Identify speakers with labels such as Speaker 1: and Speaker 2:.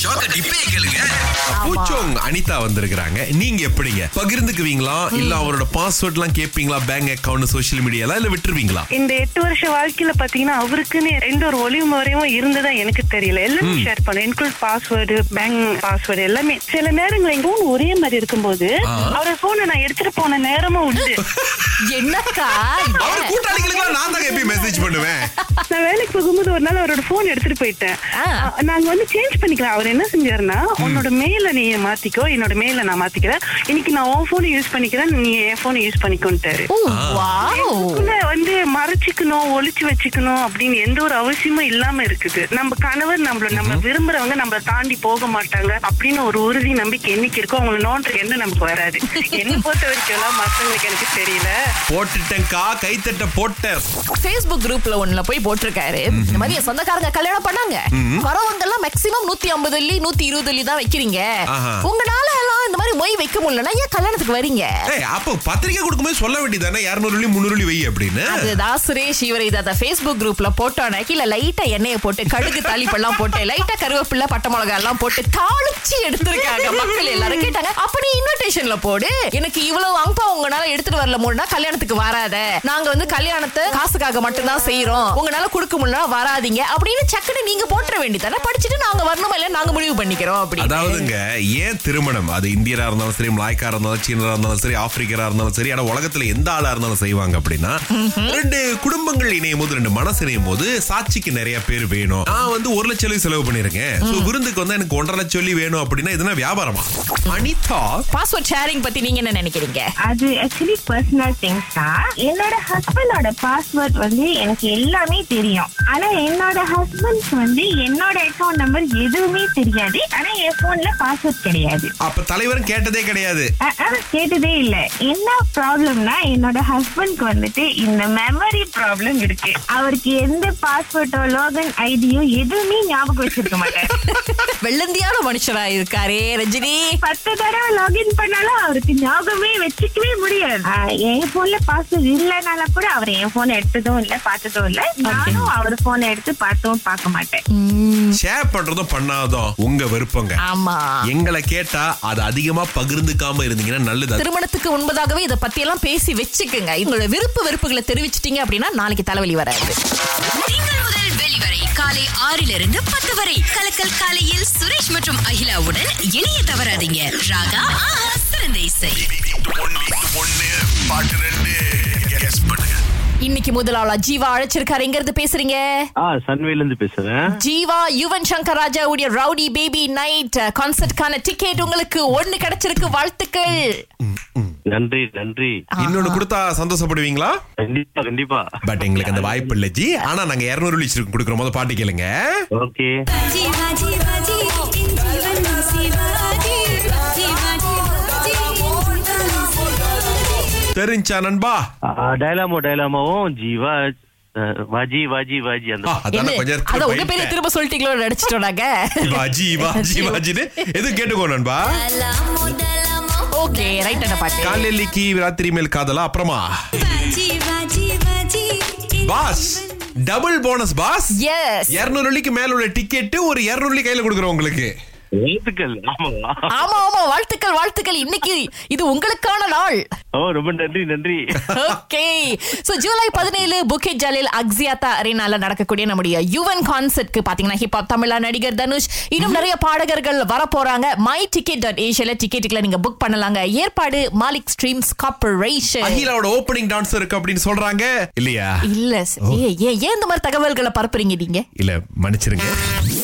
Speaker 1: ஷோக்க டிப்பே கேளுங்க
Speaker 2: பூச்சோங் அனிதா வந்திருக்கிறாங்க நீங்க எப்படிங்க பகிர்ந்துக்குவீங்களா இல்ல அவரோட பாஸ்வேர்ட் எல்லாம் கேப்பீங்களா பேங்க் அக்கவுண்ட் சோஷியல் மீடியாலாம் இல்ல விட்டுருவீங்களா
Speaker 3: இந்த எட்டு வருஷ வாழ்க்கையில பாத்தீங்கன்னா அவருக்குன்னு எந்த ஒரு ஒளிவு முறையும் இருந்ததா எனக்கு தெரியல எல்லாமே ஷேர் பண்ணேன் இன்க்ளூட் பாஸ்வேர்டு பேங்க் பாஸ்வேர்டு எல்லாமே சில நேரங்கள் எங்க போன் ஒரே மாதிரி இருக்கும்போது அவர் போனை நான் எடுத்துட்டு போன நேரமும் உண்டு
Speaker 4: என்னக்கா இது?
Speaker 2: அவர் கூட்டாளிகளுக்கு நான் தாங்க எப்பயும் மெசேஜ் பண்ணுவேன்
Speaker 3: நான் வேலைக்கு போகும்போது ஒரு நாள் அவரோட போன் எடுத்துட்டு போயிட்டேன்
Speaker 4: ஆ.
Speaker 3: அஹ் நாங்க வந்து சேஞ்ச் பண்ணிக்கலாம் அவர் என்ன செஞ்சாருன்னா உன்னோட மெயில நீ மாத்திக்கோ என்னோட மெயில நான் மாத்திக்கிறேன் இன்னைக்கு நான் உன் போனை யூஸ் பண்ணிக்கிறேன் நீ என் போனை யூஸ் பண்ணிக்கோன்ட்டாரு
Speaker 4: ஓ வாவ்
Speaker 3: உள்ள வந்து மறைச்சுக்கணும் ஒளிச்சு வச்சுக்கணும் அப்படின்னு எந்த ஒரு அவசியமும் இல்லாம இருக்குது நம்ம கணவர் நம்மள நம்ம விரும்புறவங்க நம்மள தாண்டி போக மாட்டாங்க அப்படின்னு ஒரு உறுதி நம்பிக்கை என்னைக்கு இருக்கோ அவங்களை நோன்ற எண்ணம் நமக்கு வராது என்னை பொறுத்த வரைக்கும் எல்லாம் மத்தவங்களுக்கு எனக்கு தெரியல
Speaker 2: போட்டுட்டேன்க்கா கைத்தட்ட போட்டேன்
Speaker 4: Facebook குரூப்ல ஒண்ணுல போய் போட்டிருக்காரு இந்த மாதிரி என் சொந்தக்காரங்க கல்யாணம் பண்ணாங்க வரவங்க எல்லாம் மேக்ஸிமம் நூத்தி ஐம்பது அள்ளி நூத்தி இருபது அள்ளி தான் வைக்கிறீங்க
Speaker 2: ஆஹா.
Speaker 4: உங்களால எல்லாம் இந்த மாதிரி மொய் வைக்க முடியலன்னா ஏன் கல்யாணத்துக்கு வரீங்க
Speaker 2: ஏய் அப்போ பத்திரிக்கை கொடுக்கும்போது சொல்ல வேண்டியதானே இரநூறு முன்னூறு வை அப்படின்னு
Speaker 4: அதுதான் சுரேஷ் இவர் இதை அந்த ஃபேஸ்புக் குரூப்ல போட்டோன்னே கீழே லைட்டா எண்ணெயை போட்டு கடுகு தாளிப்பெல்லாம் போட்டு லைட்டா கருவேப்பிலை பட்டை மிளகா எல்லாம் போட்டு தாளிச்சு எடுத்திருக்காங்க மக்கள் எல்லாரும் கேட்டாங்க அப்ப நீ இன்விடேஷன்ல போடு எனக்கு இவ்வளவு அங்கா உங்களால எடுத்துட்டு வரல முடினா கல்யாணத்துக்கு வராத நாங்க வந்து கல்யாணத்தை காசுக்காக மட்டும்தான் செய்யறோம் உங்களால கொடுக்க முடியல வராதீங்க அப்படின்னு சக்குன்னு நீங்க போட்டுற வேண்டியதானே படிச்சுட்டு நாங்க வரணுமா இல்ல நாங்க முடிவு பண்ணிக்கிறோம் அப்படின்னு
Speaker 2: அதாவதுங்க ஏன் திருமணம் அது இந்தியரா இருந்தாலும் சரி மலாய்க்கா இருந்தாலும் சீனரா இருந்தாலும் சரி ஆப்பிரிக்கரா இருந்தாலும் சரி ஆனா உலகத்துல எந்த ஆளா இருந்தாலும் செய்வாங்க அப்படின்னா ரெண்டு குடும்பங்கள் இணையும் போது ரெண்டு மனசு இணையும் போது சாட்சிக்கு நிறைய பேர் வேணும் நான் வந்து ஒரு லட்சம் ரூபாய் செலவு பண்ணிருக்கேன் சோ விருந்துக்கு வந்து எனக்கு ஒன்றரை லட்சம் ரூபாய் வேணும் அப்படின்னா இதுனா வியாபாரமா அனிதா
Speaker 4: பாஸ்வேர்ட் ஷேரிங் பத்தி நீங்க என்ன நினைக்கிறீங்க
Speaker 5: அது ஆக்சுவலி பர்சனல் திங்ஸ் தான் என்னோட ஹஸ்பண்டோட பாஸ்வேர்ட் வந்து எனக்கு எல்லாமே தெரியும் ஆனா என்னோட ஹஸ்பண்ட் வந்து என்னோட அக்கௌண்ட் நம்பர் எதுவுமே தெரியாது ஆனா என் போன்ல பாஸ்வேர்ட் கிடையாது
Speaker 2: அப்ப தலைவரும் கேட்டதே கிடையாது
Speaker 5: அஹ், அஹ், கேட்டதே இல்ல என்ன ப்ராப்ளம்னா என்னோட ஹஸ்பண்ட்க்கு வந்துட்டு இந்த மெமரி ப்ராப்ளம் இருக்கு அவருக்கு எந்த பாஸ்வேர்டோ லாகின் ஐடியோ எதுவுமே ஞாபகம் வச்சிருக்க மாட்டாரு
Speaker 4: வெள்ளந்தியான மனுஷரா இருக்காரே ரஜினி
Speaker 5: பத்து தடவை லாகின் பண்ணாலும் அவருக்கு ஞாபகமே வச்சுக்கவே முடியாது ஆஹ் என் போன்ல பாஸ்வேர்ட் இல்லைனால கூட அவர் என் போன் எடுத்ததும் இல்ல பார்த்ததும் இல்ல நானும் அவர் போனை எடுத்து பார்த்தும் பார்க்க மாட்டேன்
Speaker 2: ஷேர் பண்றதும் பண்ணாதும் உங்க விருப்பங்க
Speaker 4: ஆமா
Speaker 2: எங்களை கேட்டா அது அதிகமா பகிர்ந்துக்காம இருந்தீங்கன்னா நல்லது
Speaker 4: திருமணத்துக்கு முன்பதாகவே இதை பத்தி எல்லாம் பேசி வச்சுக்கோங்க உங்களோட விருப்பு வெறுப்புகளை தெரிவிச்சிட்டீங்க அப்படின்னா நாளைக்கு தலைவலி வராது
Speaker 6: திங்கள் முதல் வெளிவரை காலை ஆறிலிருந்து பத்து வரை கலக்கல் காலையில் சுரேஷ் மற்றும் அகிலாவுடன் இணைய தவறாதீங்க ராகா ஆஹா, சிறந்த இசை
Speaker 7: பாட்டு ரெண்டு கெஸ் பண்ணுங்க
Speaker 4: இன்னைக்கு முதலாளா ஜீவா அழைச்சிருக்காரு எங்க இருந்து பேசுறீங்க
Speaker 8: ஆ சன்வேல இருந்து பேசுறேன்
Speaker 4: ஜீவா யுவன் சங்கர் ராஜா உடைய ரவுடி பேபி நைட் கான்சர்ட்கான டிக்கெட் உங்களுக்கு ஒண்ணு கிடைச்சிருக்கு வாழ்த்துக்கள்
Speaker 8: நன்றி நன்றி
Speaker 2: இன்னொன்னு கொடுத்தா சந்தோஷப்படுவீங்களா
Speaker 8: கண்டிப்பா கண்டிப்பா
Speaker 2: பட் எங்களுக்கு அந்த வாய்ப்பு இல்லை ஜி ஆனா நாங்க இருநூறு லட்சம் கொடுக்குற போது பாட்டு கேளுங்க
Speaker 8: ஓகே
Speaker 2: தெரிஞ்சா நண்பா
Speaker 8: டைலாமோ டைலாமாவும் ஜீவா அஹ், வாஜி வாஜி வாஜி அந்த
Speaker 2: ஆ, அதான
Speaker 4: என்ன?
Speaker 2: கொஞ்ச நேரத்துல
Speaker 4: அத உங்க பேரை
Speaker 2: போயிட்டேன்.
Speaker 4: திரும்ப சொல்லிட்டீங்களோ நினைச்சிட்டோம் நாங்க
Speaker 2: வாஜி வாஜி வாஜின்னு எதுவும் கேட்டுக்கோ நண்பா
Speaker 4: ஓகே ரைட் என்ன பாட்டு
Speaker 2: காலையிலிக்கு ராத்திரி மேல் காதலா அப்புறமா boss double bonus boss
Speaker 4: yes
Speaker 2: இருநூறு வெள்ளிக்கு மேல உள்ள டிக்கெட் ஒரு இருநூறு வெள்ளி கையில கொடுக்குறோம் உங்களுக்கு
Speaker 8: எழுத்துக்கள் ஆமாங்களா
Speaker 4: ஆமா ஆமா வாழ்த்துக்கள் வாழ்த்துக்கள் இன்னைக்கு இது உங்களுக்கான நாள்
Speaker 8: ஓ ரொம்ப நன்றி நன்றி
Speaker 4: ஓகே சோ ஜூலை பதினேழு புகே ஜலில் அக்ஸியாத்தா அரேனால நடக்கக்கூடிய நம்முடைய யுவன் கான்சர்ட்க்கு பாத்தீங்கன்னா ஹிப் ஹாப் தமிழா நடிகர் தனுஷ் இன்னும் நிறைய பாடகர்கள் வர போறாங்க மை டிக்கெட் டாட் ஏஷியால டிக்கெட்டுகளை நீங்க புக் பண்ணலாங்க ஏற்பாடு மாலிக் ஸ்ட்ரீம்ஸ் கார்பரேஷன்
Speaker 2: அகிலாவோட ஓப்பனிங் டான்ஸ் இருக்கு அப்படின்னு சொல்றாங்க இல்லையா
Speaker 4: இல்ல sir. ஏ ஏ- ஏன் இந்த மாதிரி தகவல்களை பரப்புறீங்க நீங்க
Speaker 2: இல்ல மன்னிச்சிருங்க